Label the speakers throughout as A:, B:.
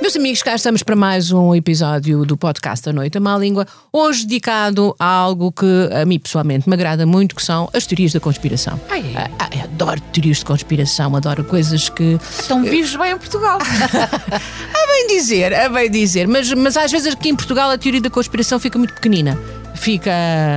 A: Meus amigos, cá estamos para mais um episódio do podcast da Noite à Má Língua, hoje dedicado a algo que a mim pessoalmente me agrada muito, que são as teorias da conspiração.
B: Ai,
A: Ah, ah, eu adoro teorias de conspiração, adoro coisas que
B: estão vivos bem em Portugal.
A: A bem dizer, a bem dizer, mas, mas às vezes aqui em Portugal a teoria da conspiração fica muito pequenina. Fica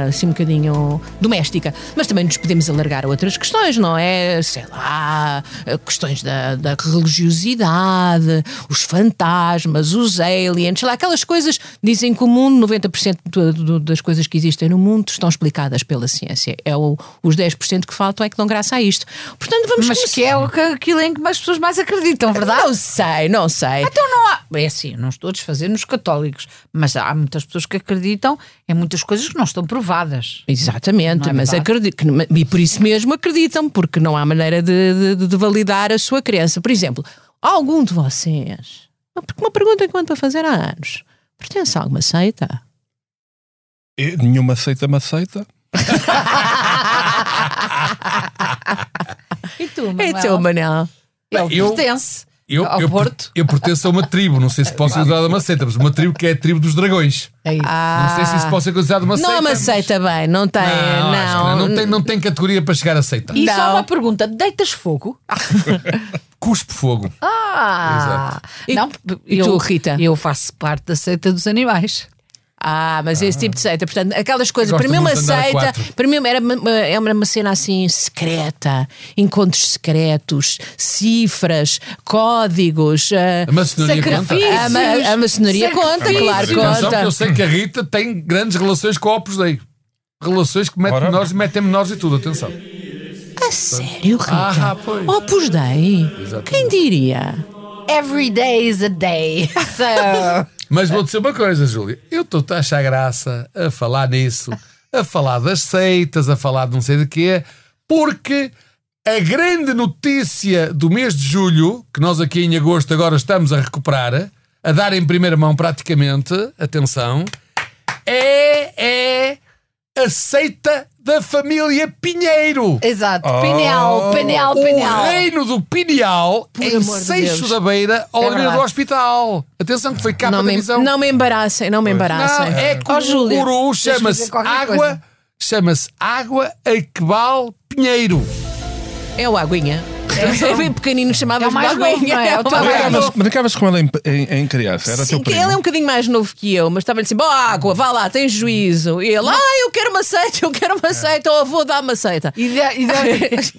A: assim um bocadinho doméstica. Mas também nos podemos alargar a outras questões, não é? Sei lá, eh, questões da, da religiosidade, os fantasmas, os aliens, sei lá, aquelas coisas. Dizem que o mundo, 90% do- do- das coisas que existem no mundo estão explicadas pela ciência. É o, os 10% que faltam é que dão graça a isto. Portanto, vamos
B: mas É que é o que- aquilo em que as pessoas mais acreditam, verdade?
A: Não sei, não sei.
B: Então não há. É assim, não estou a desfazer nos católicos, mas há muitas pessoas que acreditam em muitas coisas que não estão provadas.
A: Exatamente,
B: Não é
A: mas
B: verdade?
A: acredi- que não- e por isso mesmo acreditam, porque não há maneira de, de- de validar a sua crença. Por exemplo, algum de vocês, porque uma pergunta que eu ando a fazer há anos, pertence a alguma seita?
C: E nenhuma seita me aceita.
B: E tu,
A: É teu, Manel.
B: Ele
D: Eu-
B: pertence
D: Eu,
B: ao
D: eu,
B: Porto.
D: eu pertenço a uma tribo, não sei se posso usar uma seita, mas uma tribo que é a tribo dos dragões.
B: É isso.
D: Não sei se isso pode ser considerado uma
A: Não
D: seita.
A: é uma
D: mas-
A: seita bem, não tem.
D: Não, acho que
A: Não,
D: não, não tem, não tem categoria para chegar a seita.
B: E só
A: Não.
B: uma pergunta: deitas fogo?
D: Cuspe fogo.
B: Ah!
A: E-
B: não,
A: e
B: eu-
A: tu, Rita?
B: Eu faço parte da seita dos animais.
A: Ah, mas esse tipo de seita, portanto, aquelas coisas,
D: Eu
A: para
D: gosto
A: mim uma
D: muito de andar a
A: seita,
D: quatro.
A: para mim era uma- é uma cena assim secreta, encontros secretos, cifras, códigos, ah,
D: A maçonaria conta.
B: Sacrifício.
A: A, ma a maçonaria conta,
B: Sacrifícios.
A: claro, que
D: Atenção, que eu
A: conta.
D: sei que a Rita tem grandes relações com a Opus Dei. Relações que metem
C: Ora.
D: menores e metem menores e tudo, atenção.
A: A sério, Rita?
D: Ah, pois.
A: Opus Dei? Quem diria?
B: Every day is a day. So.
D: Mas vou dizer uma coisa, Júlia. Eu estou-te a achar graça a falar nisso, a falar das seitas, a falar de não sei de quê, porque a grande notícia do mês de julho, que nós aqui em agosto agora estamos a recuperar, a dar em primeira mão praticamente, atenção, é, é a seita da família Pinheiro.
B: Exato.
D: Oh,
B: Pinel, pinel,
D: O
B: pinel.
D: reino do Pineal em
A: amor de
D: Seixo
A: Deus. É
D: da Beira, ao Oliveira
B: verdade.
D: do Hospital. Atenção que foi capa
A: Não
D: da
A: me,
D: visão.
A: não me embaraçem, não me
D: Não,
A: embaraçem.
D: é que
B: Ó,
D: o
B: Júlia,
D: guru
B: tens que
D: chama-se
B: fazer qualquer coisa.
D: Água, chama-se Água Equebal Pinheiro.
A: É o Aguinha. É bem pequenino,
B: É
A: chamava-se
B: o mais
A: Aguinha.
B: novo, não é? É o teu
A: Aguinha.
B: mais
C: Brincavas, brincavas com ela em, em, em criança, era
A: Ah, Sim,
C: teu
A: que
C: primo.
A: ele é um bocadinho mais novo que eu, mas estava-lhe assim: "Bom, água, vá lá, tens juízo. E ele, ah, eu quero uma seita, eu quero
C: É.
A: uma seita, ou vou dar uma seita.
B: E de- e de-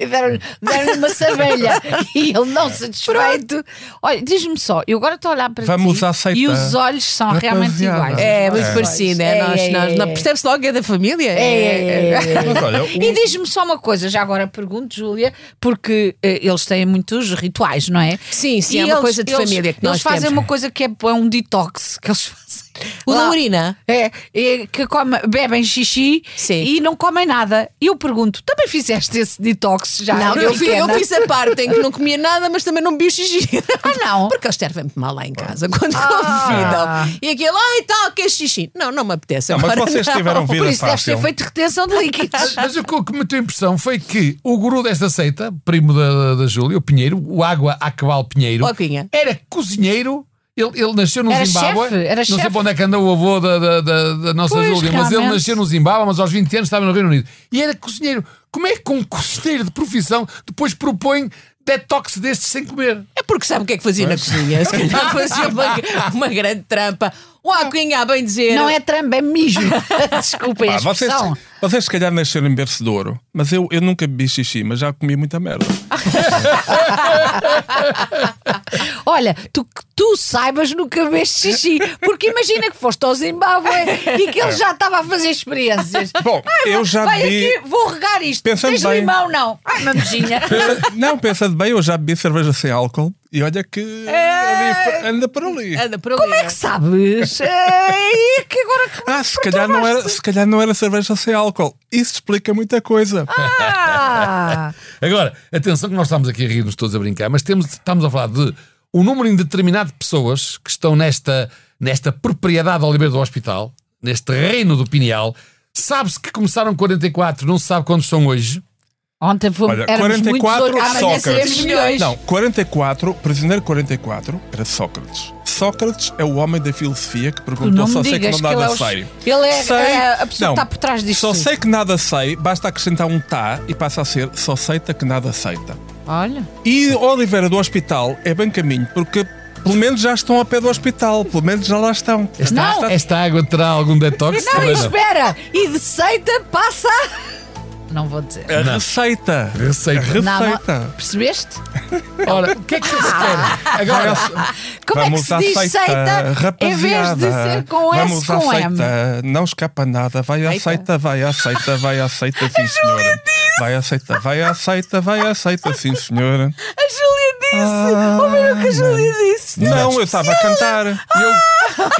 B: e deram-lhe deram uma cervelha. E ele não satisfeito. Olha, diz-me só, eu agora estou a olhar para
C: Vamos
B: ti
C: à seita.
B: e os olhos são realmente
C: Rapaziada.
B: iguais.
A: É,
B: Os
A: muito
B: olhos.
A: parecido, é, nós, nós- não- percebe-se logo que é da família?
B: É, é, é, é.
C: Mas olha, o-
B: E diz-me só uma coisa, já agora pergunto, Júlia, porque eh, eles têm muitos rituais, não é?
A: Sim, sim,
B: E
A: é uma coisa de família que
B: eles
A: nós
B: fazem
A: temos.
B: uma coisa que é, é um detox que eles fazem.
A: O da
B: Lá-
A: urina?
B: É, é, que come- bebem xixi
A: Sim.
B: e não comem nada. E eu pergunto, também fizeste esse detox já?
A: Não, eu, fi- eu
B: Tá, pequena?
A: fiz a parte em que não comia nada, mas também não bebi o xixi.
B: Ah, não.
A: Porque eles servem-me mal lá em casa quando
B: Ah.
A: convidam. E aquilo, ai tal, que é xixi. Não, não me apetece.
C: Não, mas
A: agora
C: vocês
A: não.
C: tiveram
B: Por
C: vida
B: isso deves
C: fácil.
B: ter feito retenção de líquidos.
D: Mas, mas o que o que me deu a impressão foi que o guru desta seita, primo da, da Júlia, o Pinheiro, o Água Aquebal Pinheiro,
A: Oquinha.
D: era cozinheiro. Ele, ele nasceu no
B: Era
D: Zimbábue.
B: chefe, era
D: não sei
B: chefe.
D: para onde é que anda o avô da, da, da- da nossa
B: Pois,
D: Júlia, mas ele
B: realmente.
D: nasceu no Zimbábue, mas aos 20 anos estava no Reino Unido. E era cozinheiro. Como é que um cozinheiro de profissão depois propõe detox destes sem comer?
A: É porque sabe o que é que fazia na cozinha. Se calhar fazia uma, uma grande trampa. O Aquinha, a bem dizer.
B: Não é tramba, é mijo. Desculpem a
C: Pá, vocês,
B: expressão.
C: vocês se calhar nasceram em berço de ouro, mas eu, eu nunca bebi xixi, mas já comi muita merda.
B: Olha, tu, que tu saibas nunca vês xixi. Porque imagina que foste ao Zimbábue e que ele já estava a fazer experiências.
C: É. Bom, eu já
B: Vai
C: bebi.
B: aqui, vou regar isto.
C: Pensando
B: Tens
C: bem.
B: limão, não? Ai, mamejinha.
C: Pensa- não, pensa de bem, eu já bebi cerveja sem álcool e olha que ali- anda por ali.
A: Anda por ali.
B: Como é que sabes? É que agora que
C: Ah, se calhar, não era, se calhar não era cerveja sem álcool. Isso explica muita coisa.
B: Ah!
D: Agora, atenção que nós estamos aqui a rir-nos todos a brincar, mas temos, estamos a falar de um número indeterminado de pessoas que estão nesta, nesta propriedade Oliveira do Hospital, neste reino do Pineal. Sabe-se que começaram 44, não se sabe quantos são hoje.
B: Ontem fomos,
C: Olha,
B: éramos muito Ah,
C: 44
B: desorganizados.
C: Sócrates.
B: é milhões.
C: Não, 44, prisioneiro 44 era Sócrates. Sócrates é o homem da filosofia que
B: Tu não
C: perguntou
B: me
C: só sei que
B: digas
C: não
B: que ele
C: nada
B: é, o-
C: sei.
B: ele é
C: Sei-
B: é a pessoa
C: não,
B: que está por trás disto.
C: Só
B: tudo.
C: sei que nada sei, basta acrescentar um tá e passa a ser só seita que nada aceita.
B: Olha,
C: E Oliveira do Hospital é bem caminho, porque pelo menos já estão a pé do hospital, pelo menos já lá estão.
D: Esta,
B: Não. é
D: esta- esta água terá algum detox?
B: não,
D: Também
B: e espera, e de seita passa. Não vou dizer.
C: A receita.
D: Receita.
B: Não, não-
C: Receita.
B: percebeste? Ah,
D: Ora, o que é que se quer? Agora,
B: Como
C: Vamos
B: é
C: à
B: que se diz seita em vez de
C: rapaziada.
B: ser com
C: Vamos
B: S
C: à
B: com M?
C: seita, não escapa nada. Vai à
B: Seita.
C: seita, vai à seita, vai à
B: É
C: seita, sim senhora. Vai à seita, vai à seita, vai à seita, sim senhora.
A: é.
B: A Júlia disse!
C: Ah,
B: Ouviram o que a Júlia disse?
C: Não, eu estava a cantar.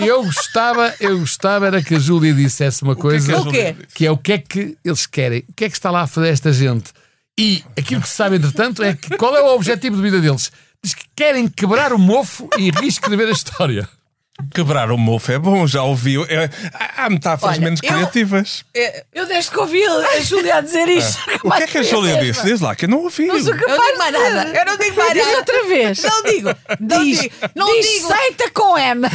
D: eu, eu gostava, eu gostava era que a Júlia dissesse uma coisa
C: a Júlia
B: O quê?
C: disse?
D: que é o que é que eles querem, o que é que está lá a fazer esta gente. E aquilo que se sabe, entretanto, é que qual é o objetivo de vida deles? Diz que querem quebrar o mofo e reescrever a história.
C: Quebrar o mofo é bom, já ouviu. É, há- há metáforas
B: Olha,
C: menos
B: eu-
C: criativas.
B: Eu desde que ouvi a Júlia a dizer isto.
C: O que é que a Júlia disse? Diz lá que eu não ouvi.
A: Eu não digo mais nada. Eu não digo mais
B: Diz
A: nada.
B: outra vez.
A: Não digo. Não
B: diz,
A: digo. Não
B: diz
A: digo.
B: seita com M.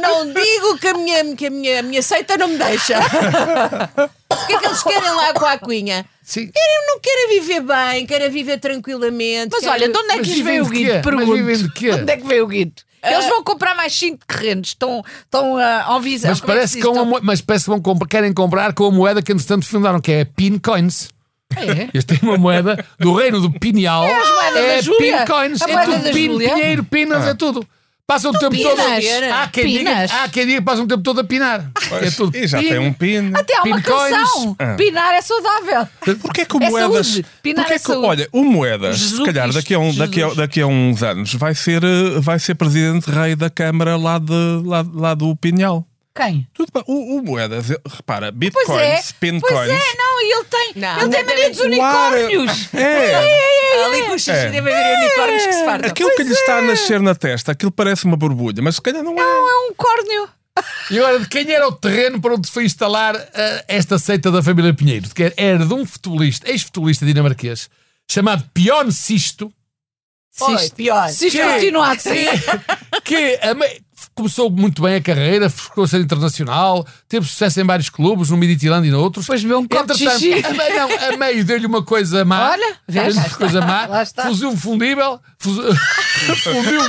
A: Não digo que a minha, que a minha, a minha seita não me deixa. O que é que eles querem lá com a Cunha?
D: Sim.
A: Querem, não querem viver bem, querem viver tranquilamente.
B: Mas
A: querem-
B: olha, de onde é que
D: Mas
B: lhes veio o
D: vivem de quê?
B: guido?
D: Mas
B: Pergunto.
D: vivem de quê?
B: Onde é que veio o guido? Eles vão comprar mais cinco terrenos. Estão, estão ah, a avisar.
D: Mas
B: Como é
D: parece,
B: se
D: que um
B: diz?
D: uma moe- mas parece que vão comprar- querem comprar com a moeda que, entretanto, fundaram, que é a Pincoins.
B: É?
D: Eles têm uma moeda do reino do Pinhal. É,
B: as moedas da Júlia.
D: Pincoins.
B: A
D: É
B: moeda
D: tudo
B: da
D: pin,
B: Júlia.
D: pinheiro, pinas,
C: Ah.
D: é tudo. Passam o tempo todo.
B: pinas.
D: Há quem, diga,
B: Pinas.
D: há quem diga que passam o tempo todo a pinar. É
C: Pois,
D: tudo.
C: E já
D: pin.
C: tem um pin.
B: Até há uma
D: Pincoins.
B: canção.
C: Ah.
B: Pinar é saudável.
C: Porquê que o
B: É
C: moedas.
B: saúde. Pinar
C: porquê
B: é
C: que,
B: saúde.
C: Olha, o moedas,
B: Jesus
C: se calhar daqui a, um,
B: Cristo,
C: daqui, a,
B: Jesus.
C: daqui a uns anos, vai ser, eh, vai ser presidente rei da Câmara lá, de, lá, lá do Pinhal.
B: Quem?
C: Tudo bem. O, o moedas, eh, repara, bitcoins,
B: Pois é. Pois
C: pincoins.
B: é, não. E ele tem,
A: Não.
B: ele tem
A: Não
B: mania dos
A: deve-
B: unicórnios.
C: É.
A: Ali com os
C: É.
A: deve haver unicórnios
B: É.
A: que se fartam.
C: Aquilo que lhe está a nascer na testa, aquilo parece uma borbulha, mas se calhar não é.
B: Não é um córneo.
D: E agora, de quem era o terreno para onde foi instalar ah, esta seita da família Pinheiro? De quem era de um futebolista, ex-futebolista dinamarquês, chamado Pion Sisto,
A: Oi, pior.
B: Se isto
D: Que-
C: é?
B: continua a ser.
D: que é, a me- começou muito bem a carreira, ficou a ser internacional, teve sucesso em vários clubes, no Miditilândia e noutros.
B: Depois bebeu um copo de
D: Entretanto,
B: xixi.
D: A, meio- não, a meio deu-lhe uma coisa má.
B: Olha, vês?
D: deu-lhe uma coisa
B: Lá
D: má.
B: está.
D: Fuzil fundível. Fuzil,
C: Fuzil
D: fuzil
C: um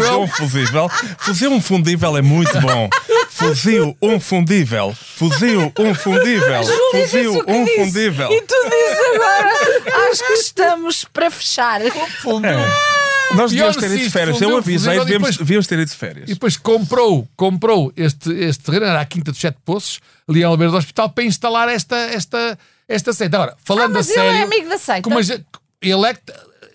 D: fundível.
C: fusível. Fuzil um fundível é muito bom. Fuzil um fundível. Fuzil um fundível. Fuzil
B: Disse o que
C: um
B: disse.
C: fundível.
B: E tu dizes agora. Acho que estamos para fechar.
D: Fundível.
C: É. Nós
D: Pior
C: devíamos ter ido
D: se
C: de férias.
D: fundeu
C: Eu
D: um
C: avisei,
D: fusível e
C: devíamos,
D: depois-
C: devíamos ter ido de férias.
D: E depois comprou, comprou este, este terreno, era a Quinta dos Sete Poços, ali ao beira do hospital, para instalar esta, esta, esta seita. Agora, falando
B: mas
D: a
B: ele é
D: sério...
B: amigo da seita?
D: como a gente- ele, é, que-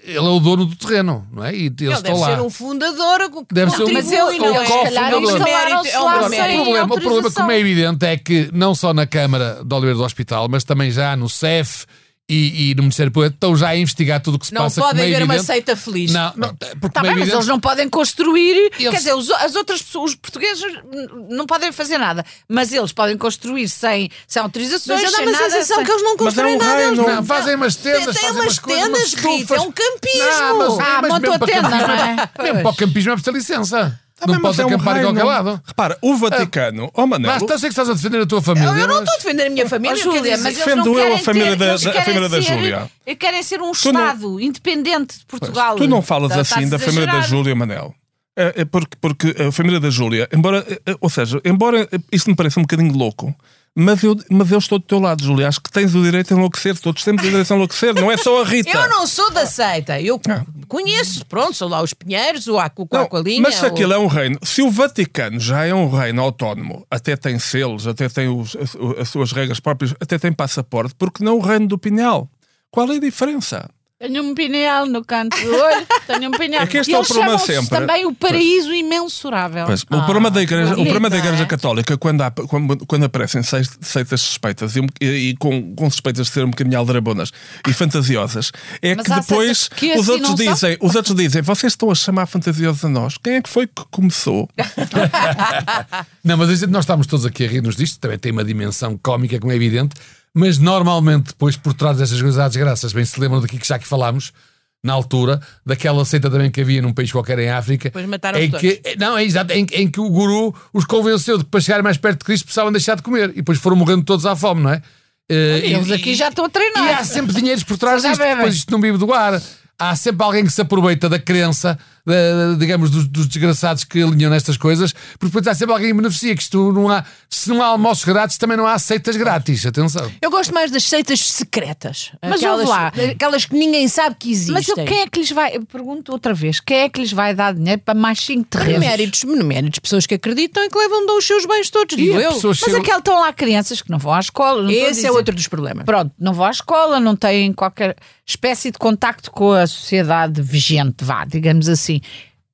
D: ele é o dono do terreno, não é? E eles
A: Ele
D: estão
A: deve
D: lá.
A: ser um fundador. com-
D: Deve ser um-
A: Mas eu e não
D: um
A: é. Se
D: cofundador.
A: calhar isto
B: Instalaram-se
A: é um
B: lá
A: mérito, é
B: sem-
A: um
D: o problema, o
B: autorização.
D: problema, como é evidente, é que não só na Câmara de Oliveira do Hospital, mas também já no CEF e, e no Ministério Público, estão já a investigar tudo o que se
A: Não
D: passa.
A: pode
D: como é
A: haver uma
D: evidente.
A: seita tá feliz.
D: Não, não, porque
B: Está
D: como é
B: Tá bem, mas
D: evidente,
B: eles não podem construir. Quer
D: Eles-
B: dizer, os, as outras pessoas, os portugueses, n- não podem fazer nada. Mas eles podem construir sem, sem autorizações,
A: Mas eu
B: sem
A: dá-me a
B: nada.
A: sensação
B: sem-
A: que eles não
C: Mas é
A: constroem
C: um
A: nada. eles
C: reino.
D: Não, fazem umas tendas,
A: Tem
D: fazem
A: umas
D: umas coisas,
A: tendas,
D: umas
A: Rita,
D: estufas.
A: é um campismo.
D: Não, mas,
B: Ah,
D: mas
B: montou
D: mesmo
B: a
D: para
B: tenda,
D: campismo-
B: não é?
D: Mesmo para o campismo é preciso licença.
C: Tá
D: não
C: bem, mas
D: pode
C: é um
D: acampar em
C: reino.
D: qualquer lado.
C: Repara, o Vaticano. Oh, Manel.
D: Basta, eu sei que estás a defender a tua família.
A: Eu não
D: mas-
A: estou a defender a minha família,
B: Ó, Júlia, mas eles não
C: defendo eu
B: querem
C: a família
B: ter,
C: da-
B: eles
C: da- a
B: querem
C: família da
B: ser- eh,
C: Júlia.
B: Querem ser um
C: não-
B: Estado independente de Portugal.
C: Tu não falas
B: Tá-
C: assim
B: tá-se
C: da família da
B: exagerado.
C: Júlia, Manel. É, é porque, porque a família da Júlia, embora, é, é, ou seja, embora é, isto me pareça um bocadinho louco, mas eu, mas eu estou do teu lado, Júlia. Acho que tens o direito a enlouquecer, todos temos o direito a enlouquecer, não é só a Rita.
A: Eu não sou da seita. Eu conheço, pronto, sou lá os Pinheiros, o Acu
C: Ah. Não,
A: Aqualinha.
C: mas se
A: o-
C: aquilo é um reino, se o Vaticano já é um reino autónomo, até tem selos, até tem os- as, as suas regras próprias, até tem passaporte, porque não o reino do Pinhal? Qual é a diferença?
B: Tenho um pinhal no canto do olho, tenho um pinhal.
C: É que este
B: E
C: é o
B: eles
C: problema
B: chamam-se
C: sempre.
B: também o paraíso imensurável.
C: Pois, o problema da Igreja, o
B: Ah, bonito,
C: problema da
B: não é?
C: igreja Católica, quando, há- quando, quando aparecem seis- seitas suspeitas e, um- e- e com, com suspeitas de ser um bocadinho aldrabonas e fantasiosas, é
B: Mas
C: que
B: há
C: depois
B: seitas que
C: os,
B: assim
C: outros
B: não são?
C: dizem, os outros dizem: vocês estão a chamar fantasiosos a nós. Quem é que foi que começou?
D: Não, mas a gente- nós estamos todos aqui a rir-nos disto, também tem uma dimensão cómica, como é evidente, Mas normalmente, depois, por trás destas coisas, há desgraças. Bem, se lembram daqui que já que falámos, na altura, daquela seita também que havia num país qualquer em África.
A: Depois mataram-os
D: em que, Não, é exato. Em, em que o guru os convenceu de que para chegarem mais perto de Cristo precisavam deixar de comer. E depois foram morrendo todos à fome, não é? Eh, e-
B: Eles aqui já estão a treinar.
D: e há sempre dinheiros por trás
B: Já
D: disto,
B: bebem.
D: depois isto não vive do ar. Há sempre alguém que se aproveita da crença, da- digamos, dos, dos desgraçados que alinham nestas coisas, porque depois há sempre alguém que beneficia, que isto não há, se não há almoços grátis, também não há aceitas grátis, atenção.
A: Eu gosto mais das seitas secretas.
B: Mas
A: aquelas,
B: ouve lá.
A: aquelas que ninguém sabe que existem.
B: Mas o quem é que lhes vai. Eu pergunto outra vez: quem é que lhes vai dar dinheiro para mais 5 terrenos?
A: Méritos, méritos, pessoas que acreditam e que levam dão os seus bens todos, digo
D: a
A: eu.
D: pessoa
B: Mas
D: chega-
B: aquele estão lá crianças que não vão à escola. Não estou a
A: Esse
B: dizer-
A: é outro dos problemas.
B: Pronto, não vão à escola, não têm qualquer espécie de contacto com a sociedade vigente, vá, digamos assim.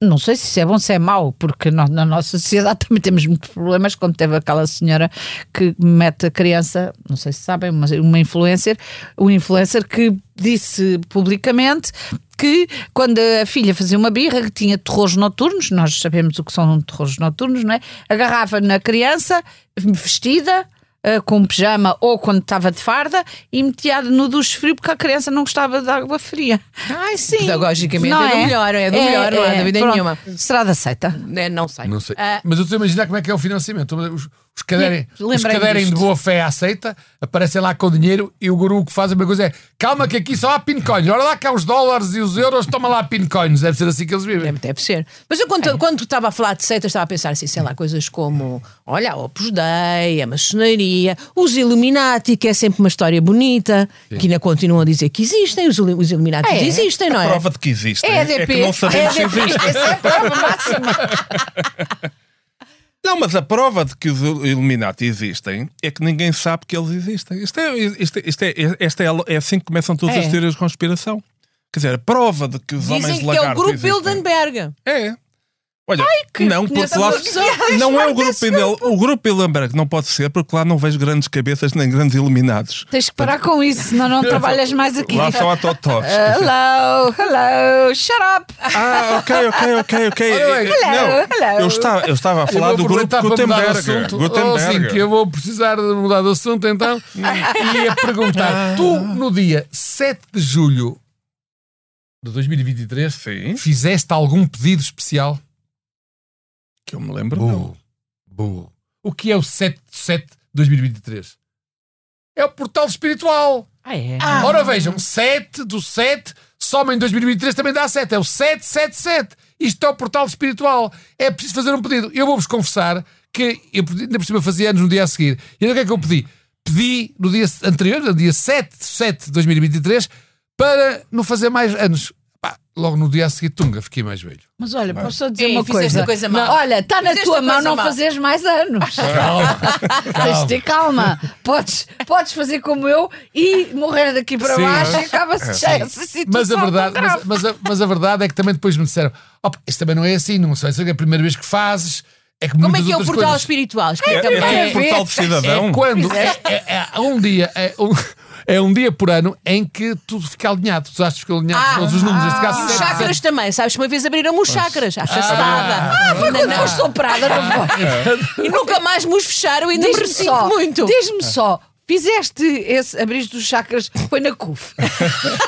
B: Não sei se isso é bom ou se é mau, porque nó- na nossa sociedade também temos muitos problemas, como teve aquela senhora que mete a criança, não sei se sabem, mas uma influencer, um influencer que disse publicamente que quando a filha fazia uma birra, que tinha terrores noturnos, nós sabemos o que são terrores noturnos, não é? Agarrava na criança, vestida, ah, com pijama ou quando estava de farda e metia no duche frio porque a criança não gostava de água fria.
A: Ai, sim. Pedagogicamente
B: Não
A: é, do melhor, é do melhor, não há
B: é.
A: dúvida
B: Pronto.
A: nenhuma.
B: Será da seita?
A: É, não sei.
D: Não sei.
A: Ah,
D: Mas eu estou a imaginar como é que é o financiamento. Os, os que aderem-
B: Lembrei-me
D: os que aderem de
B: disto.
D: boa fé à seita aparecem lá com dinheiro e o guru o que faz a primeira coisa é calma que aqui só há pincoins, olha lá cá os dólares e os euros, toma lá pincoins. Deve ser assim que eles
B: É
D: vivem.
A: Deve, deve ser. Mas eu, quando, quando estava a falar de seitas, estava a pensar assim, sei lá, coisas como, olha, a Opus Dei, a maçonaria, os Illuminati, que é sempre uma história bonita, que ainda continuam a dizer que existem, os, ilu- os Illuminati
B: É.
A: existem, não
C: A
A: é?
C: prova de que existem
B: É
C: é,
B: EDP.
C: que não sabemos se
B: EDP.
C: existem.
B: Essa é a prova máxima.
C: Não, mas a prova de que os Illuminati existem é que ninguém sabe que eles existem. Isto é, isto é- isto é, esta é, é assim que começam todas
B: É.
C: as teorias de conspiração. Quer dizer, a prova de que os homens
A: Dizem
C: de
A: que é o
C: lagarto
A: grupo
C: existem.
A: Bilderberg.
C: É. Olha,
A: que
C: não,
A: conheço
C: porque lá
A: as pessoas.
C: não é o
A: Ai,
C: grupo
A: desse
C: Bilderberg. O grupo Bilderberg não pode ser porque lá não vejo grandes cabeças nem grandes iluminados.
B: Tens que parar com isso, senão não trabalhas mais aqui. Ah,
C: Lá só há totós.
A: Ah,
B: Hello, hello, shut up.
C: Ah, ok, ok, ok, ok. Eh,
D: Olha bem.
C: Não,
B: Hello, hello.
C: Eu, estava, eu estava a falar
D: Eu
C: do
D: vou
C: grupo
D: aproveitar para mudar de
C: Gutenberg.
D: assunto. Oh, sim, que eu vou precisar de mudar de assunto então. e ia perguntar: tu, no dia 7 de julho de 2023,
C: Sim,
D: fizeste algum pedido especial?
C: que eu me lembro.
B: Então.
C: não.
D: Burro. Burro. O que é o 7 de 7 de 2023? É o portal espiritual.
B: Ah, é?
D: Ora vejam, 7 do 7, soma em 2023 também dá 7. É o 777. Isto é o portal espiritual. É preciso fazer um pedido. Eu vou-vos confessar que eu pedi- ainda por cima fazia anos no dia a seguir. E ainda o que é que eu pedi? Pedi no dia anterior, no dia 7 de 7 de 2023, para não fazer mais anos. Pá, logo no dia a seguir, tunga, fiquei mais velho.
B: Mas olha, posso só dizer
A: Ei,
B: uma
A: fizeste
B: coisa.
A: a coisa má.
B: Não, Olha, está na
A: Fizeste a
B: tua mão
A: coisa
B: não
A: má.
B: fazeres mais anos.
D: Calma.
B: Tens de ter calma. Podes, podes fazer como eu e morrer daqui para
D: Sim.
B: baixo e acaba-se já essa situação.
D: mas a verdade,
B: tão
D: mas,
B: grave.
D: mas a, mas a verdade é que também depois me disseram: "Oh, pá, isto também não é assim, não sei, é a primeira vez que fazes. É que
A: Como é
D: muitas
A: que é o
D: outras
A: portal
D: coisas."
A: espiritual?
C: É,
A: Explica-me.
C: é tipo
B: é.
C: portal de cidadão.
D: É quando é, é- é- é um dia, é um, é um dia por ano em que tudo fica alinhado, os astros ficam alinhados,
A: Ah,
D: todos os números, neste caso,
A: Os
D: sete,
A: chakras também, sabes? que Uma vez abriram-me os chakras, à chastada.
B: Ah, foi quando foste operada, não foi?
A: E nunca mais me os fecharam, ainda me
B: Diz-me só,
A: ressinto muito.
B: Diz-me só, fizeste esse abriste dos chakras, foi na CUF.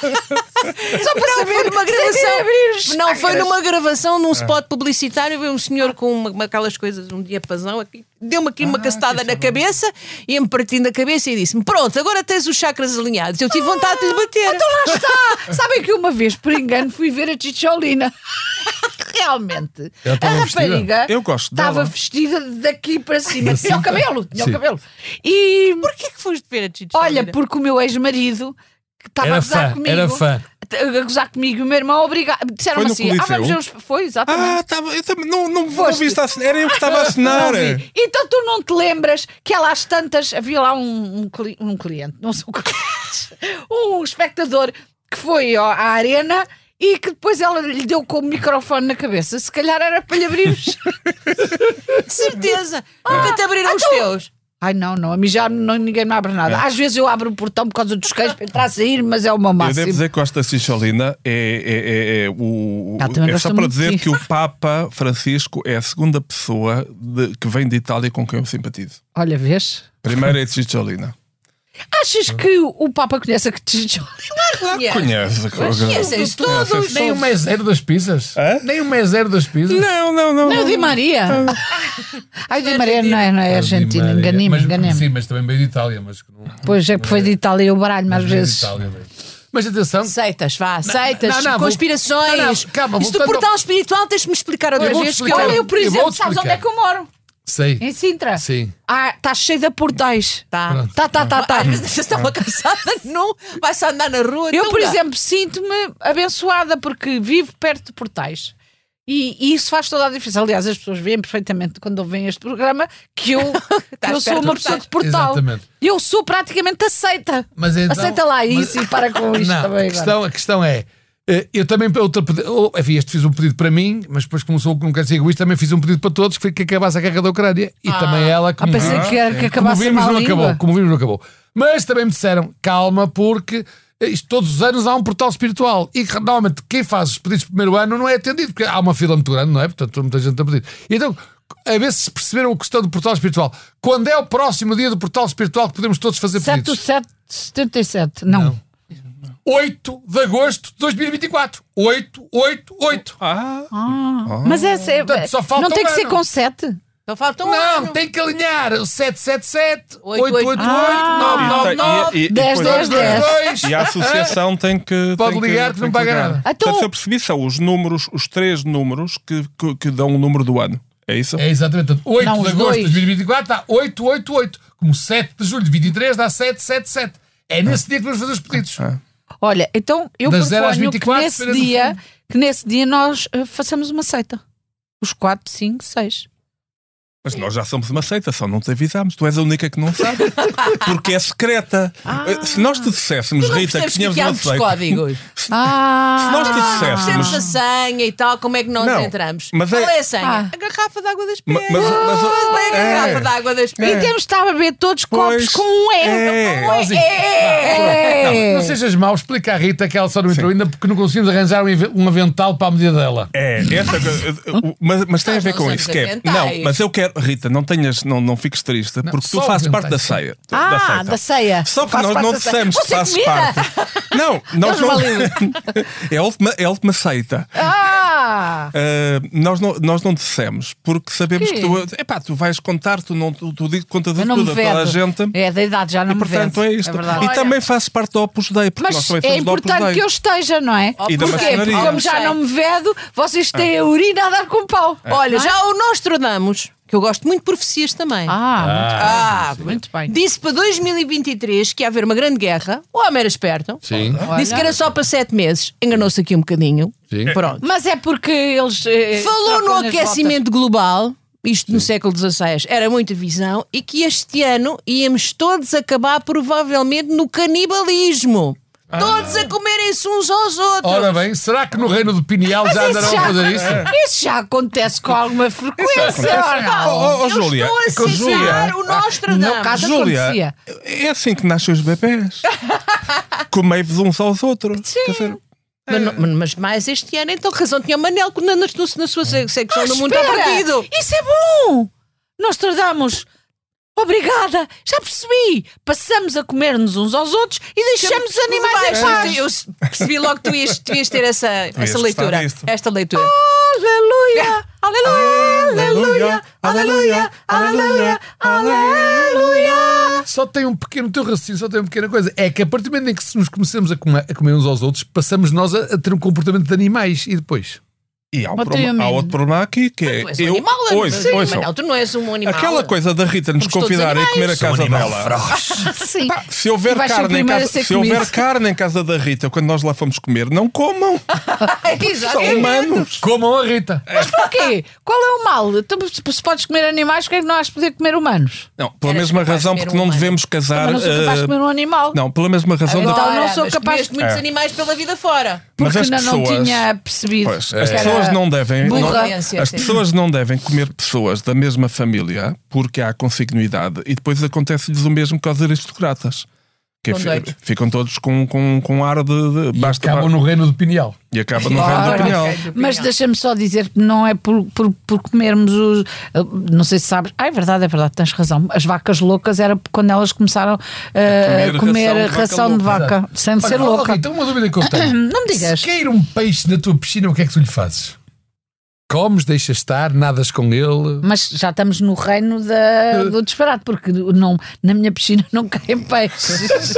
B: só para
A: Não,
B: saber
A: foi numa
B: se
A: gravação.
B: irem abrir os
A: Não, foi
B: chakras. Ah.
A: numa gravação num spot publicitário. Veio um senhor com uma, uma- aquelas coisas, um diapasão, aqui, deu-me aqui
B: Ah,
A: uma castada na cabeça, ia-me partindo a cabeça e disse-me: Pronto, agora tens os chakras alinhados. Eu tive vontade de lhe bater.
B: Então lá está! Sabem que uma vez, por engano, fui ver a Chicholina. Realmente. A
D: Ela estava vestida?
B: rapariga
C: Eu gosto dela.
B: estava vestida daqui para cima. Tinha o
D: Sim.
B: cabelo, tinha o
D: Sim.
B: cabelo. E
A: Porquê que foste ver a Chichi?
B: olha, porque o meu ex-marido que estava
D: Era
B: a gozar
D: fã,
B: comigo.
D: era fã.
B: A gozar comigo e o meu irmão obrigado. Disseram
C: Foi no
B: assim: Ah, vamos ver os.
C: Coliseu?
B: Foi, exatamente.
C: Ah, tava, eu também não, não, não
B: Foste.
C: vi isto a assinar. Era eu que estava a assinar.
B: Não vi. Então tu não te lembras que ela às tantas havia lá um, um cli- um cliente, não sou cliente, um espectador que foi ó, à arena e que depois ela lhe deu com o microfone na cabeça. Se calhar era para lhe abrir os.
A: de certeza.
B: Ah.
A: Nunca te abriram
B: então,
A: os teus.
B: Ai não, não, a mim já não, ninguém me abre nada. Às vezes eu abro o portão por causa dos cães para entrar a sair, mas é o meu
C: É. Eu devo
B: máximo.
C: dizer que gosto da Cicholina. É, é, é, é o,
B: Ela Tá, também
C: é
B: gosta
C: só para
B: muito de
C: dizer
B: ti.
C: que o Papa Francisco é a segunda pessoa de- que vem de Itália com quem eu simpatizo.
B: Olha, vês?
C: Primeiro é a Cicholina.
B: Achas que o Papa conhece a Catejola? ah,
C: Claro que
A: Yeah.
C: conhece a coisa.
A: Conhecem-se todos.
D: Nem o mais zero das pizzas?
C: Hã?
D: Nem o mais zero das pizzas?
C: Não, não, não.
B: Não, É Di Maria. Ai, Di Maria não é, não é argentina.
D: Maria.
B: Enganei-me,
D: Mas-
B: enganei-me.
D: Sim, mas também veio de Itália. Mas que não,
B: Pois é que foi de Itália e eu baralho mais
D: mas veio de
B: vezes.
D: Itália, veio. Mas atenção,
A: Seitas, vá, seitas,
D: não, não, vou-
A: conspirações.
D: não, não, calma,
A: Isso do
D: voltando ao-
A: portal espiritual tens-me explicar outra
D: Eu vou-te
A: vez que
D: explicar.
A: eu-
B: Olha, eu, por
D: Eu
B: exemplo,
D: vou-te
B: sabes onde
D: explicar.
B: é que eu moro?
D: sei.
B: Em Sintra.
D: Sim.
B: Ah, está cheio de portais.
A: Tá.
D: Pronto.
B: Tá, tá, tá, tá.
A: Às vezes eu estava cansada, não vai-se andar na rua.
B: Eu,
A: então
B: por
A: dá.
B: exemplo, sinto-me abençoada porque vivo perto de portais. E, e isso faz toda a diferença. Aliás, as pessoas veem perfeitamente quando ouvem este programa que eu, que eu
A: Estás
B: sou
A: perto
B: uma
A: de
B: pessoa de portal.
D: Exatamente.
B: Eu sou praticamente aceita.
D: Mas então-
B: Aceita lá
D: mas-
B: isso e para com isto
D: Não,
B: também.
D: a, questão, a questão é. eh, Eu também, para outra, pedi- ou, enfim, este fiz um pedido para mim, mas depois, como sou não quero ser egoísta, também fiz um pedido para todos que foi que acabasse a guerra da Ucrânia. E também ela,
B: Ah,
D: como
B: pensei
D: vimos,
B: que, era que
D: como
B: acabasse
D: vimos
B: mal
D: não
B: língua.
D: acabou. Como vimos, não acabou. Mas também me disseram, calma, porque eh, isto, todos os anos há um portal espiritual e que, normalmente quem faz os pedidos do primeiro ano não é atendido, porque há uma fila muito grande, não é? Portanto, muita gente a pedir. Então, a ver se perceberam a questão do portal espiritual. Quando é o próximo dia do portal espiritual que podemos todos fazer pedidos?
B: 7777. Não.
D: 8 de agosto de 2024. 8, 8, 8.
C: Ah,
B: Mas essa é.
D: Portanto, só falta
B: não tem
D: um
B: que ser
D: ano.
B: com 7.
A: Então falta um
D: Não,
A: ano.
D: tem que alinhar o 777, 888,
B: Ah.
D: 999,
C: E- e- e-
B: 10,
C: e-
B: 10, 10.
D: 2.
C: E a associação tem que.
D: Pode
C: tem
D: ligar que não paga
C: ligar.
D: nada.
B: Então-
C: Portanto, se eu percebi, são os números, os três números que, que, que dão o número do ano. É isso?
D: É exatamente. portanto, 8
B: Não,
D: de
B: os
D: agosto de
B: dois.
D: 2024 dá 888. Como 7 de julho de 23 dá 777. É nesse dia que vamos fazer os pedidos.
B: Olha, então eu
D: Das zero às
B: proponho
D: 24,
B: que, nesse
D: dependendo do
B: dia, que nesse dia nós eh, façamos uma seita. Os 4, 5, 6.
C: Mas nós já somos uma seita, só não te avisámos. Tu és a única que não sabe. Porque é secreta. Se nós te disséssemos,
A: Ah. Não
C: Rita, que
A: percebes que
C: tínhamos
A: aqui há
C: uma
A: muitos
C: seita.
A: códigos.
B: Ah!
C: Se nós te
A: Percebes
C: disséssemos.
A: a senha e tal, como é que nós
C: Não,
A: entramos?
C: mas
A: Qual
C: é-
A: é, a senha?
B: Ah.
A: A garrafa de água das
C: Ma-
A: pedras.
C: mas- mas-
A: Qual assim, é a
C: é.
A: garrafa de água das
B: E
A: pedras.
B: temos de estar a beber todos
C: Pois,
B: copos com um E.
C: é.
B: Com um E. É.
D: Não sejas mau, explica à Rita que ela só não entrou ainda porque não conseguimos arranjar um inve- um avental para a medida dela.
C: É, essa coisa, o- mas, mas tem a
A: Nós
C: ver
A: não
C: com
A: somos
C: isso. Que é,
A: aventais.
C: não, mas eu quero, Rita, não tenhas, não, não fiques triste, porque tu
D: só
C: fazes parte da
D: aventais.
C: ceia. da
B: Ah,
C: seita.
B: da ceia.
C: Só que
B: Faço
C: nós
B: parte
C: não
B: da ceia.
C: dissemos que
B: Você
C: fazes
B: comida?
C: parte. Não, nós
B: Eles
C: não.
B: valem. um.
C: é, a última, é a última seita.
B: Ah!
C: Ah, nós, não, nós não dissemos, porque sabemos
B: Quê?
C: que, tu, epá, tu vais contar, tu, não, tu, tu diz- contas
B: Eu
C: de
B: não
C: tudo
B: me
C: a toda a
B: vedo.
C: gente.
B: É, da idade já não
C: e
B: me
C: portanto
B: vedo.
C: é isto.
B: verdade.
C: e
A: Olha.
C: também fazes parte do Opus Dei, porque nós
B: Mas
C: também
B: é
C: somos do Opus
B: importante
C: Dei.
B: que eu esteja, não é?
C: E da
B: Porque,
C: maçonaria.
B: porque como já não me vedo, vocês têm a urina a dar com pau.
A: Olha,
B: Não é?
A: já o Nostradamus, que eu gosto muito de profecias também.
B: Ah,
A: Ah,
B: muito bem.
A: Disse para 2023 que ia haver uma grande guerra. O homem era esperto.
D: Sim.
A: Disse que era só para sete meses. Enganou-se aqui um bocadinho.
D: Sim.
A: Pronto.
B: Mas é porque eles. eh,
A: Falou no
B: trocam as
A: aquecimento global, isto no século XVI, era muita visão, e que este ano íamos todos acabar provavelmente no canibalismo. Todos a comerem-se uns aos outros.
D: Ora bem, será que no reino do Pineal já
B: Mas
D: andarão
B: isso
D: a
B: já-
D: fazer isso?
B: Isso já acontece com alguma frequência.
C: acontece.
B: ou não? é?
C: Oh, oh, oh,
A: Eu
C: Júlia,
A: estou
C: com
A: a
C: Júlia. Ah,
A: citar o
B: Não,
A: Nostradamus.
B: casa
C: Júlia,
B: acontecia.
C: é assim que nascem os bebés. Comei-vos uns aos outros. Sim.
A: Mas, não- mas- mas mais este ano, então, razão tinha o Manel que na, na, na sua se- secção do
C: tá
A: mundo
B: Ah, Espera,
A: partido.
B: Isso é bom! Nós tardamos. Obrigada, já percebi. Passamos a comer-nos uns aos outros e deixamos os animais em paz.
A: Eu se- percebi logo que tu ias, tu ias ter essa, essa
C: gostar
A: leitura.
C: disto.
A: Esta leitura.
B: Aleluia! Aleluia! Aleluia! Aleluia! Aleluia!
D: Só tem um pequeno, teu raciocínio só tem uma pequena coisa. É que a partir do momento em que se nos começamos a comer, a comer uns aos outros, passamos nós a, a ter um comportamento de animais. E depois?
C: E há, um
B: Mas
C: problema-
B: tem a
C: há
B: mim.
C: outro problema aqui que é.
A: Tu és um
C: Eu,
A: animal,
C: ouço,
A: Sim,
C: ouçam.
A: Manel, tu não és um animal.
C: Aquela coisa da Rita nos
A: Somos todos
C: convidar a ir comer a
A: animais.
C: casa dela.
B: Sim.
C: Pá, se houver,
B: E vais ser o
C: carne em,
B: primeiro a
C: casa,
B: ser
C: se houver
B: comido.
C: carne em casa da Rita, quando nós lá fomos comer, não comam. São humanos.
D: Comam a Rita.
B: É
C: É,
B: Mas porquê? Qual é o mal? Tu, se se podes comer animais, porquê é que não has de poder comer humanos?
C: Não, pela
A: Eras
C: mesma
A: capaz de
C: razão,
A: comer
C: porque
A: um
C: não
A: humano.
C: devemos casar.
B: Mas não sou capaz de
C: eh,
B: comer um animal.
C: não, pela mesma razão da.
A: Então
B: Ora,
A: não sou capaz
B: mas
A: de
B: comeste
A: muitos
C: É.
A: animais pela vida fora.
C: Mas
B: Porque
C: as
B: não, não
C: pessoas.
B: tinha percebido.
C: Pois,
B: que
C: as
B: era-
C: pessoas não devem. não-
A: Burlência,
C: as
A: sim.
C: pessoas não devem comer pessoas da mesma família porque há consanguinidade e depois acontece-lhes o mesmo que aos aristocratas. Que
B: Com
C: fi-
B: doido.
C: ficam todos com, com, com ar de. de
D: E
C: basta
D: acabam no reino do Pinhal.
C: e acaba
B: Ah,
C: no reino do
B: Ora,
C: pinhal.
B: Mas deixa-me só dizer que não é por, por, por comermos os. eh, Não sei se sabes. Ah, é verdade, é verdade, tens razão. As vacas loucas era quando elas começaram eh,
C: A
B: a
C: comer
B: comer
C: ração
B: ração de
C: de vaca
D: louca.
B: vaca, sem
D: Olha,
B: ser
D: ó,
B: louca.
D: ok, então uma dúvida que eu tenho.
B: Não me digas.
D: Se cair um peixe na tua piscina, o que é que tu lhe fazes? Comes, deixas estar, nadas com ele.
B: Mas já estamos no reino da- do disparate, porque não, na minha piscina não caem peixes.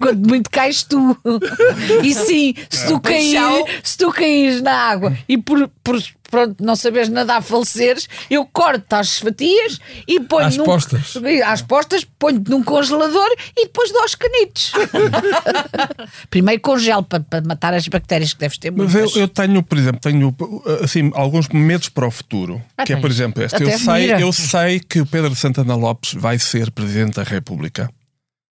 B: Quando muito cais tu. E sim, se
C: É.
B: tu cair, se tu caís na água e por, por pronto, não saberes nadar, faleceres, eu corto às fatias e ponho
D: Às
B: num,
D: postas.
B: Às postas, ponho-te num congelador e depois dou aos canitos. Primeiro congelo para, para matar as bactérias que deves ter
C: Mas
B: muitas.
C: eu, eu tenho, por exemplo, tenho assim, alguns medos para o futuro.
A: Ah,
C: que é, por
A: tens.
C: exemplo, este. Eu
B: Até
C: sei,
B: admira.
C: eu sei que o Pedro Santana Lopes vai ser Presidente da República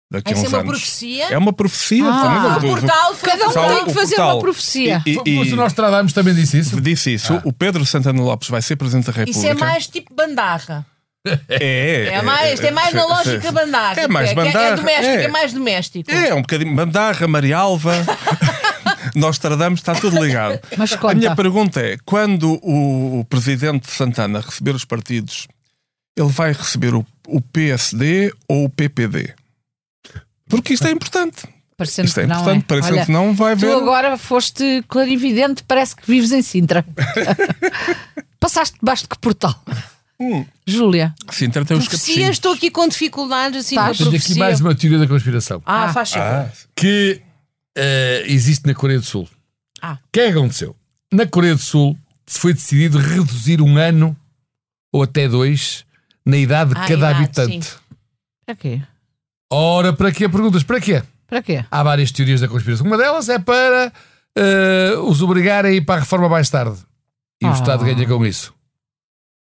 C: daqui a
A: Essa
C: uns
A: é uma
C: anos.
A: profecia?
C: É uma profecia. também,
A: O
C: do- do-
A: portal
B: Cada um
C: Só
B: tem
C: o
B: que fazer
C: portal.
B: uma profecia.
C: E, e-
D: Mas
C: e
D: o Nostradamus também disse isso.
C: disse isso.
D: Ah.
C: O Pedro Santana Lopes vai ser Presidente da República.
A: Isso é mais tipo bandarra.
C: É,
A: É mais, isto é mais na lógica bandarra.
C: É mais
A: que É,
C: bandarra,
A: doméstico,
C: é.
A: é. mais doméstico.
C: É, um bocadinho. Bandarra, Marialva. Nós tardamos, está tudo ligado.
B: Mas
C: A minha
B: conta.
C: pergunta é: quando o, o presidente Santana receber os partidos, ele vai receber o, o PSD ou o PPD? Porque isto é importante.
B: Parecendo
C: Isto é
B: que não.
C: importante,
B: é.
C: parece
B: Olha,
C: que não vai
B: Tu
C: ver.
B: agora foste clarividente, parece que vives em Sintra. Passaste debaixo de que portal?
D: Hum.
B: Júlia,
C: Sim, tem os
A: Profecias,
C: capuchinhos.
A: estou aqui com dificuldades assim
B: Tá.
A: com a
D: Tenho aqui
A: profecia.
D: mais uma teoria da conspiração
A: Ah, faz favor.
D: que eh, existe na Coreia do Sul.
A: Ah.
D: O que é que aconteceu? Na Coreia do Sul foi decidido reduzir um ano ou até dois na idade de
A: Ah,
D: cada
A: idade,
D: habitante.
B: para quê?
D: Ora, para quê? Perguntas, para quê?
B: Para quê?
D: Há várias teorias da conspiração. Uma delas é para eh, os obrigarem a ir para a reforma mais tarde. E o
B: Ah.
D: Estado ganha com isso.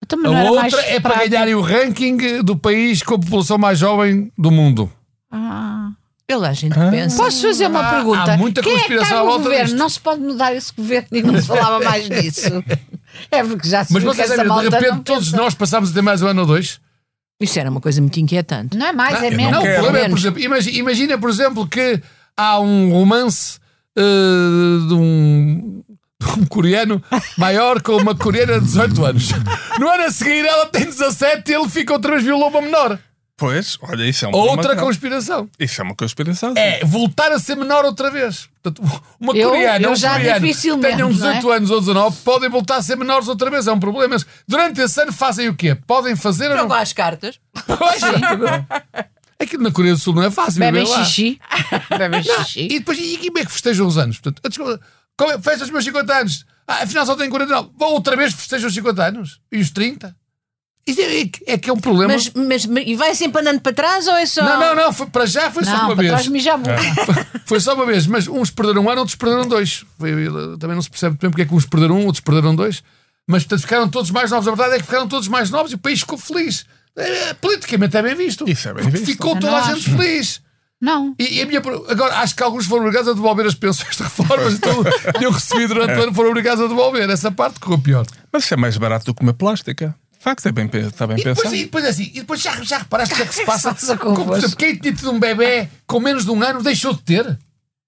B: Então, mas não
D: A
B: era mais
D: outra é para
B: prático?
D: ganharem o ranking do país com a população mais jovem do mundo.
B: Ah.
A: Ele a gente pensa.
B: Posso fazer uma
D: Há-
B: pergunta?
D: há muita
B: Quem é que
D: conspiração
B: está
D: à
B: no
D: volta
B: governo?
D: disto.
B: Não se pode mudar esse governo e não se falava mais disso. É porque já se
D: Mas
B: viu que
D: vocês
B: essa
D: sabem, de
B: malta
D: repente,
B: não,
D: todos
B: pensa-
D: nós passámos a ter mais um ano ou dois.
C: Ah.
A: Isso era uma coisa muito inquietante.
B: não é mais, é
C: eu não
B: menos.
D: Não, o
C: quero.
D: problema é, por
A: menos.
D: exemplo, imagi- imagina, por exemplo, que há um romance eh, de, um, de um coreano maior com uma coreana de 18 anos. No ano a seguir ela tem 17 e ele fica outra vez violou uma menor.
C: Pois, olha, isso é uma
D: Outra
C: conspiração.
D: conspiração.
C: Isso é uma conspiração.
D: É voltar a ser menor outra vez. Portanto, uma
B: Eu-
D: coreana,
B: eu
D: um
B: já
D: coreano,
B: dificilmente,
D: tenham
B: não é?
D: 18 anos ou 19, podem voltar a ser menores outra vez. É um problema. Mas durante esse ano fazem o quê? Podem fazer ou não?
A: Jogo às cartas.
D: Pois, não. Aquilo na Coreia do Sul não é fácil.
B: Bebem
D: vivem lá.
B: xixi. Bebem xixi.
D: E depois, e como é que festejam os anos? Portanto, desculpa, como é, festa os meus 50 anos. Ah, afinal só tenho 49. Vão outra vez festejam os 50 anos? E os 30? Isso é, é que- é que é um problema.
A: Mas, mas, mas- e vai sempre andando para trás ou é só.
D: Não, não, não. Foi, para já foi só
B: Não,
D: uma
B: para
D: vez. É.
B: trás mijabu.
D: Foi só uma vez. Mas uns perderam um ano, outros perderam dois. Foi- também não se percebe bem porque é que uns perderam um, outros perderam dois. Mas, portanto, ficaram todos mais novos. A verdade é que ficaram todos mais novos e o país ficou feliz. É, é, politicamente é bem visto.
C: Isso é bem visto.
D: Ficou
B: Eu
D: toda
B: não
D: a gente feliz.
B: Não.
D: E, e a minha, pro- agora, acho que alguns foram obrigados a devolver as pensões de reformas então, que eu recebi durante o ano, foram obrigados a devolver. Essa parte ficou pior.
C: Mas isso é mais barato do que uma plástica. De facto, é bem, pe- está bem
D: E depois,
C: pensado.
D: e depois é assim, e depois já, já reparaste o que é que se passa?
B: passa
D: Com, por
B: convosco?
D: exemplo, quem tinha tido um bebê com menos de um ano deixou de ter.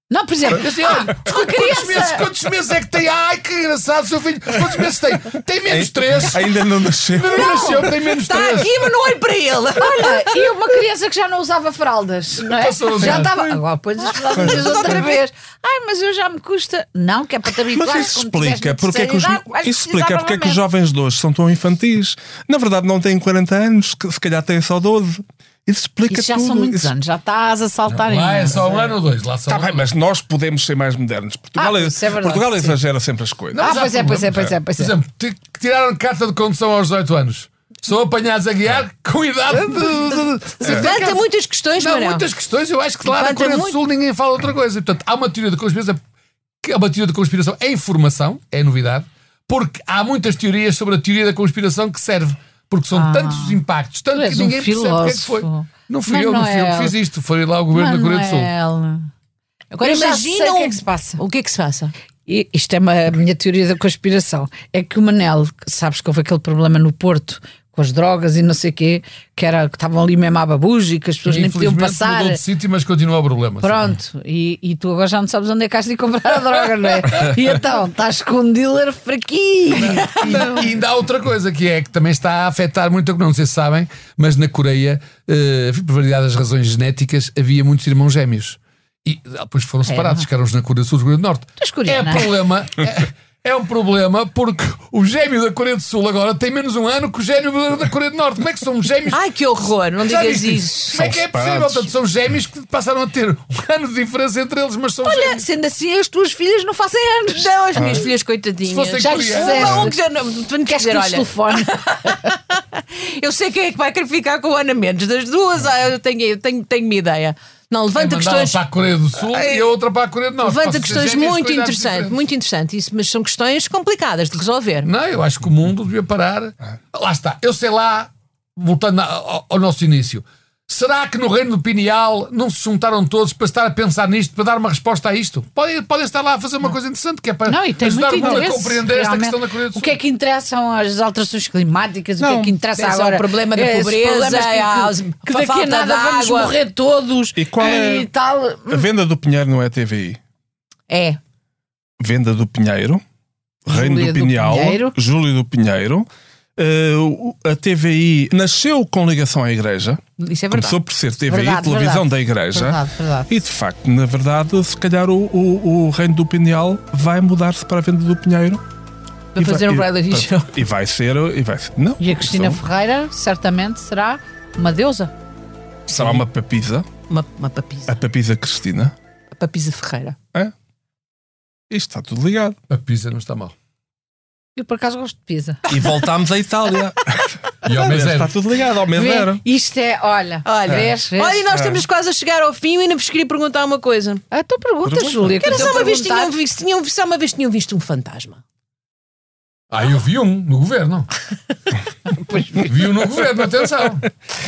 B: Não, por exemplo,
D: Eu sei, olha, quantos meses, quantos meses é que tem? Ai, que engraçado, seu filho. Quantos meses tem? Tem menos três.
C: Ainda não nasceu.
D: Ainda não nasceu, tem menos
A: Está
D: três.
A: aqui, mas não olho para ele.
B: Olha, e uma criança que já não usava fraldas, não é?
D: Passou a usar.
B: Já estava. Agora pões as fraldas outra vez. Ai, mas eu já me custa. Não, que é para te habituar.
C: Mas isso explica porque é que os, isso explica porque é que os jovens de hoje são tão infantis. Na verdade, não têm 40 anos, que se calhar têm só 12. Isso explica
B: Isso já
C: tudo.
B: são muitos
C: Isso-
B: anos, já estás a saltar em.
D: Lá é só um ano ou dois. Lá só
C: Está
D: um
C: bem,
D: ano.
C: mas nós podemos ser mais modernos. Portugal,
B: Ah,
C: é-
B: isso é verdade,
C: Portugal
B: sim.
C: exagera sempre as coisas.
B: Ah,
D: Mas há
B: pois é, pois é, pois
D: problemas.
B: é, pois
D: Por
B: é.
D: exemplo, ti- que tiraram carta de condução aos 18 anos. São apanhados a guiar
B: É.
D: com idade de. de- de-
A: Levanta muitas questões,
D: Não,
A: Manel.
D: muitas questões. Eu acho que lá na
A: Levanta
D: Coreia do
A: muito.
D: Sul ninguém fala outra coisa. E, Portanto, há uma teoria de conspiração. Que é uma teoria de conspiração é informação, é novidade, porque há muitas teorias sobre a teoria da conspiração que serve. Porque são tantos os impactos,
B: Ah. Tu
D: tanto que
B: és um
D: ninguém percebe o que é que foi.
B: filósofo. é.
D: Não fui eu, não fui eu que
B: Manuel.
D: fiz isto. Foi lá o governo da Coreia do Sul.
B: Manuel.
A: Agora
B: é, Eu já sei
A: imagina.
B: o que é que se passa.
A: O que é que se passa?
B: E isto é uma- a minha teoria da conspiração. É que o Manel, que sabes que houve aquele problema no Porto com as drogas e não sei o quê, que, era, que estavam ali mesmo à babuja e que as pessoas nem podiam
D: Infelizmente,
B: passar.
D: mudou de sítio, mas continua o problema. sim.
B: Pronto, e, e tu agora já não sabes onde é que has de ir comprar a droga, não é? E então, estás com um dealer fraquinho.
D: E ainda há outra coisa que é que também está a afetar muito a economia. Não sei se sabem, mas na Coreia, eh, por variadas razões genéticas, havia muitos irmãos gêmeos. E depois foram
A: É,
D: separados, ficaram os na Coreia do Sul e os na Coreia do Norte.
B: és
D: é
B: coreana.
D: problema. É, é um problema porque o gêmeo da Coreia do Sul agora tem menos um ano que o gêmeo da Coreia do Norte. Como é que são gêmeos?
A: Ai, que horror, não Ah,
D: Já
A: digas
D: viste
A: isso.
D: Como é que é possível?
C: separados.
D: Portanto, são gêmeos que passaram a ter um ano de diferença entre eles, mas são gêmeos.
B: Sendo assim, as tuas filhas não fazem anos.
A: Não, as minhas filhas, coitadinhas.
D: Se fossem
A: já
D: coreanas.
A: Uma, um que já não. Tu não queres dizer, olha,
B: telefone.
A: eu sei quem é que vai querer ficar com a Ana Mendes. Das duas, ah, eu tenho, eu tenho, tenho minha ideia. Não, levanta
B: É,
D: Mandava
A: questões. Ah,
D: para a Coreia do Sul e a outra para a Coreia do Norte.
A: Levanta
D: Posso
A: questões
D: dizer, gêmeos com
A: muito
D: idades
A: interessantes,
D: diferentes.
A: muito interessantes, isso, mas são questões complicadas de resolver.
D: Não, eu acho que o mundo devia parar.
C: É.
D: Lá está. Eu sei lá, voltando a- ao, ao nosso início. Será que no reino do Pineal não se juntaram todos para estar a pensar nisto, para dar uma resposta a isto? Podem, podem estar lá a fazer uma coisa interessante que é para
B: Não, e tem
D: ajudar
B: muito
D: o mundo a
B: interesse.
D: compreender esta
B: realmente.
D: questão da Coreia do Sul.
B: O que é que interessam as alterações climáticas? o que é que interessa
A: esse é o
B: agora?
A: problema da
B: Esses
A: pobreza,
B: problemas que,
A: aos-
B: que,
A: a
B: que daqui
A: falta
B: a nada
A: de
B: vamos
A: água.
B: morrer todos.
C: E qual
A: eh,
C: é-
B: e tal.
C: A venda do Pinheiro não é TVI.
A: É.
C: Venda do Pinheiro, Reino
B: Júlia
C: do
B: do
C: Pinhal,
B: Pinheiro.
C: Júlio do Pinheiro. Eh, o- a TVI nasceu com ligação à Igreja,
A: Isso é verdade.
C: começou por ser TVI,
B: Verdade,
C: televisão
B: verdade.
C: da Igreja.
B: Verdade, verdade.
C: E de facto, na verdade, se calhar o, o- o Reino do Pinhal vai mudar-se para a Venda do Pinheiro.
A: Para
C: E
A: fazer
C: vai-
A: um
C: e-
A: reality
C: para-
A: show.
C: E vai ser. E, vai ser- não,
B: E a Cristina Ferreira certamente será uma deusa.
C: será uma papisa,
A: Uma, uma papisa.
C: a papisa Cristina.
A: A papisa Ferreira.
C: É? Isto está tudo ligado.
D: A pizza não está mal.
B: Eu por acaso gosto de pizza.
C: E voltámos à Itália.
D: E
C: Está a
D: ao
C: ver,
D: mês
C: está
D: zero.
C: tudo ligado, ao mesmo
B: Vê?
C: era.
B: Isto é, olha.
A: Olha,
B: vês, vês?
A: olha, e nós estamos quase a chegar ao fim e ainda vos queria perguntar uma coisa.
B: Ah, então pergunta,
C: Pergunta.
B: Júlia. que
A: Era
B: eu
A: só
B: estou a
A: uma vez
B: perguntar.
A: tinham visto, tinham visto, só uma vez tinham visto um fantasma.
D: Ah, eu vi um no governo. vi um no governo, atenção.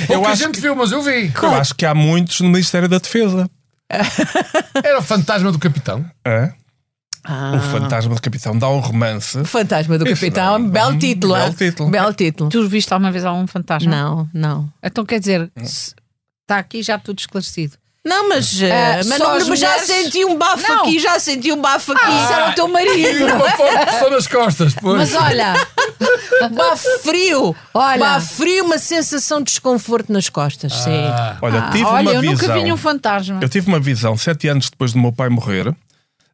C: Eu
D: Pouca
C: acho
D: gente viu, mas eu vi.
C: Eu acho que há muitos no Ministério da Defesa.
D: Era o fantasma do capitão.
C: É?
A: Ah.
B: Um
C: O Fantasma do Capitão dá um romance.
A: Fantasma do
C: Isso
A: Capitão,
B: é.
C: não.
A: belo
C: Hum,
A: título.
C: belo
A: ah?
C: título.
A: Belo título.
B: Tu viste alguma vez algum fantasma?
A: Não, não.
B: Então quer dizer, se- está aqui já tudo esclarecido.
A: Não, mas, eh, mas,
B: É, só
A: não,
B: as
A: mas já
B: mulheres-
A: senti um bafo
B: Não.
A: aqui, já senti um bafo aqui.
B: Isso era o teu
D: E
B: marido.
D: uma foto só nas costas, pois.
B: Mas olha,
A: Bafo frio.
B: Olha.
A: Bafo frio, uma sensação de desconforto nas costas. Sim.
D: Ah,
C: Olha, tive
B: olha,
C: uma
B: eu
C: visão.
B: nunca vi um fantasma.
C: Eu tive uma visão, sete anos depois do meu pai morrer,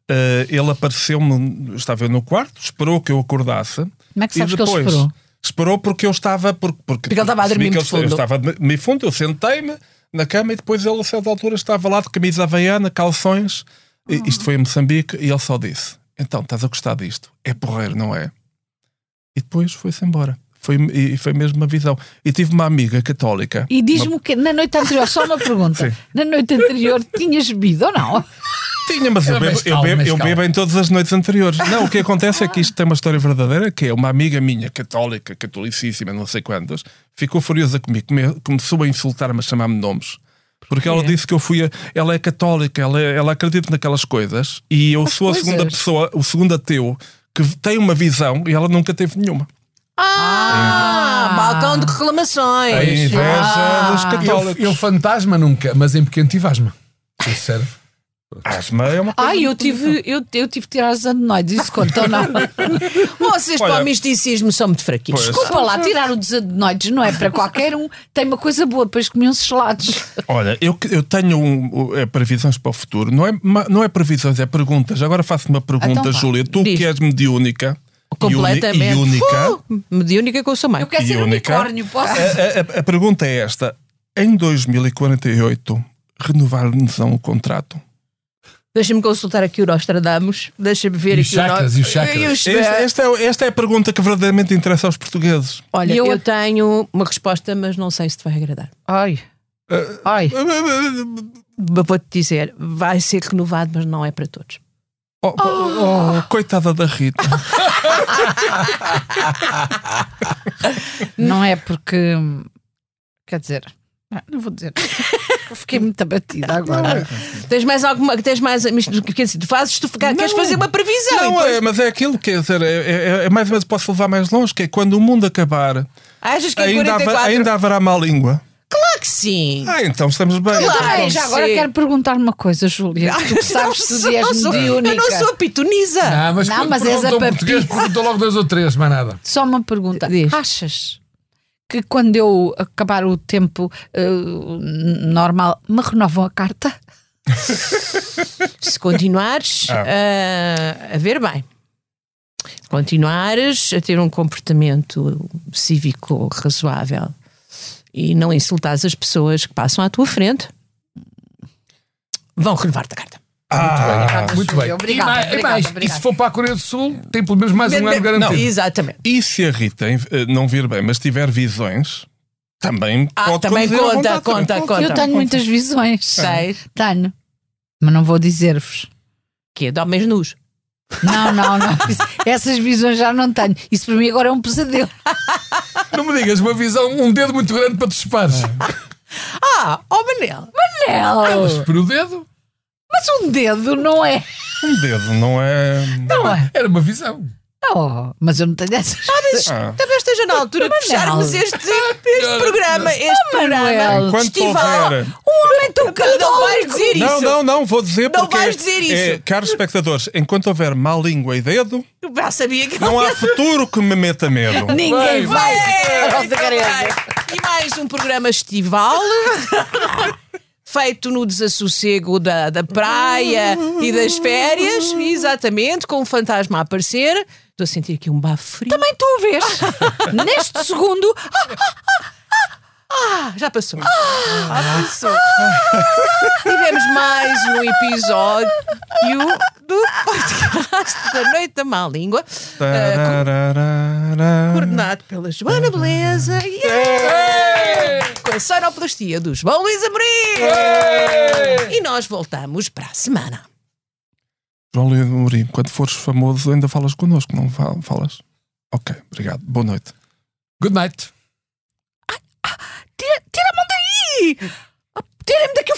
C: eh, ele apareceu-me, estava eu no quarto, esperou que eu acordasse.
B: Como é que
C: e
B: sabes que ele
C: depois,
B: esperou?
C: Esperou porque eu estava. Porque, porque,
A: ele estava a
C: percebi
A: dormir
C: que
A: muito
C: eu- Eu
A: fundo.
C: estava a dormir fundo, eu sentei-me na cama e depois ele, a certa altura, estava lá de camisa havaiana, calções. E, isto foi em Moçambique e ele só disse: Então, estás a gostar disto? É porreiro, não é? E depois foi-se embora. Foi, e e foi mesmo uma visão. E tive uma amiga católica.
B: E diz-me que na noite anterior, só uma pergunta,
C: Sim.
B: na noite anterior tinhas bebido ou não?
C: Tinha, mas eu
D: Era
C: bebo,
D: mais
C: eu,
D: calmo,
C: bebo,
D: mais
C: eu
D: calmo.
C: bebo em todas as noites anteriores. Não, o que acontece é que isto tem uma história verdadeira, que é uma amiga minha, católica, catolicíssima, não sei quantas, ficou furiosa comigo, come- começou a insultar-me, a chamar-me nomes. Porque ela disse que eu fui. A, ela é católica, ela, é- ela acredita naquelas coisas e eu sou
B: coisas.
C: a segunda pessoa, o segundo ateu, que tem uma visão e ela nunca teve nenhuma.
A: Ah, balcão de reclamações.
C: A inveja
A: Ah.
C: dos
D: Eu,
C: católicos.
D: eu fantasma nunca, mas em pequeno tive asma. Isso serve.
C: Asma é uma coisa.
B: Ai, eu tive, eu, eu tive que tirar os adenoides, isso conta ou não?
A: Vocês para
C: Olha-
A: o misticismo são muito fraquinhos.
C: Pois.
B: Desculpa lá, tirar os adenoides não é para qualquer um, tem uma coisa boa, depois comi uns gelados.
C: Olha, eu, eu tenho um, um, é, previsões para o futuro. Não é, ma- não é previsões, é perguntas. Agora faço-te uma pergunta,
B: Então vá.
C: Júlia. Tu
A: Diz.
C: que és mediúnica. e uni-
A: Completamente.
C: E única.
A: Uh, mediúnica com o seu mãe.
B: Eu quero
C: E
B: ser
C: única.
B: unicórnio, posso?
C: É, A, a- a pergunta é esta. Em 2048, renovar-nos um contrato?
A: Deixa-me consultar aqui o Nostradamus. Deixa-me ver
D: E os
A: aqui o
D: chakras,
A: no-
D: e os chakras.
A: E os-
C: Este- Esta, é, esta é a pergunta que verdadeiramente interessa aos portugueses.
A: Olha,
B: E
A: eu...
B: eu-
A: tenho uma resposta, mas não sei se te vai agradar.
B: Ai.
C: É.
B: Ai.
A: Mas Vou-te dizer, vai ser renovado, mas não é para todos.
C: Oh, oh, coitada da Rita.
B: Não é porque. Quer dizer. ah, Não vou dizer. Eu Fiquei muito abatida agora.
A: Tens mais alguma. Tens mais. mas, Quer dizer, tu fazes, tu queres
C: Não.
A: fazer uma previsão. então? e
C: Não,
A: depois-
C: é, mas é aquilo, quer dizer, é, é- é mais ou menos posso levar mais longe, que é quando o mundo acabar,
A: Achas que em
C: ainda, haver-
A: 44?
C: ainda haverá má língua.
A: Claro que sim.
C: Ah, então estamos bem.
A: Claro.
B: Também, já agora
A: Sim. Ah,
B: quero perguntar uma coisa, Júlia. Tu sabes que tu és
A: sou, eu
B: mediúnica.
A: não sou a pitoniza.
D: Ah, mas
B: Não,
D: quando
B: mas és a
D: perguntam
B: papi.
D: português, perguntam logo dois ou três, mais nada.
B: Só uma pergunta.
A: Diz.
B: Achas que quando eu acabar o tempo eh, normal, me renovam a carta?
A: Se continuares ah, a ver bem, continuares a ter um comportamento cívico razoável e não insultares as pessoas que passam à tua frente, vão renovar-te a carta.
C: Ah,
B: Obrigada,
D: Muito
B: Júlia.
D: bem.
B: Obrigada,
D: e mais, e
B: obrigada,
D: mais, e
B: obrigada.
D: se for para a Coreia do Sul, tem pelo menos mais um ano garantido.
A: Exatamente.
C: e se a Rita eh, não vir bem, mas tiver visões, também
A: Ah,
C: pode
A: também
C: conduzir à
A: conta,
C: vontade, também
A: conta,
B: eu
A: conta.
B: tenho muitas visões.
A: Tens.
B: Tenho. Mas não vou dizer-vos.
A: Que é de homens nus.
B: Não, não, não. Isso- Essas visões já não tenho. Isso para mim agora é um pesadelo.
D: Não me digas, uma visão, um dedo muito grande para te espares.
A: Ah, ó Manel,
B: Não.
D: Espera então, o dedo.
B: Ah, Mas um dedo não é.
C: Um dedo, não é.
B: Não é.
D: Era uma visão.
B: Não. Oh, Mas eu não tenho essas.
C: Ah,
A: talvez esteja na altura de
B: Manel.
A: fecharmos este, este programa, este
B: Manuel.
A: programa
C: Enquanto
A: estival.
C: houver-
A: Um homem tão católico. Não vais dizer
C: Não,
A: isso.
C: não, não, vou dizer
A: Não
C: porque.
A: vais dizer
C: é,
A: isso.
C: caros espectadores, enquanto houver má língua e dedo,
A: Eu já sabia que
C: não há futuro que me meta medo.
B: Ninguém vai.
A: Muito bem. então E mais um programa estival. Feito no desassossego da, da praia e das férias, exatamente, com um fantasma a aparecer. Estou a sentir aqui um bafo frio.
B: Também tu o vês. Neste segundo.
A: Ah, já passou.
B: Ah,
A: já passou. Tivemos mais um episódio do podcast da Noite da Má Língua, eh,
C: Tarararara.
A: coordenado pela Joana Beleza e com a sonoplastia dos João Luís Amorim. E nós voltamos para a semana.
C: João Leonardo Mourinho, quando fores famoso, ainda falas connosco, não fal- falas? Ok, obrigado. Boa noite.
D: Good night.
A: Oh,
B: Tira- Tira-me daí! Tira-me daqui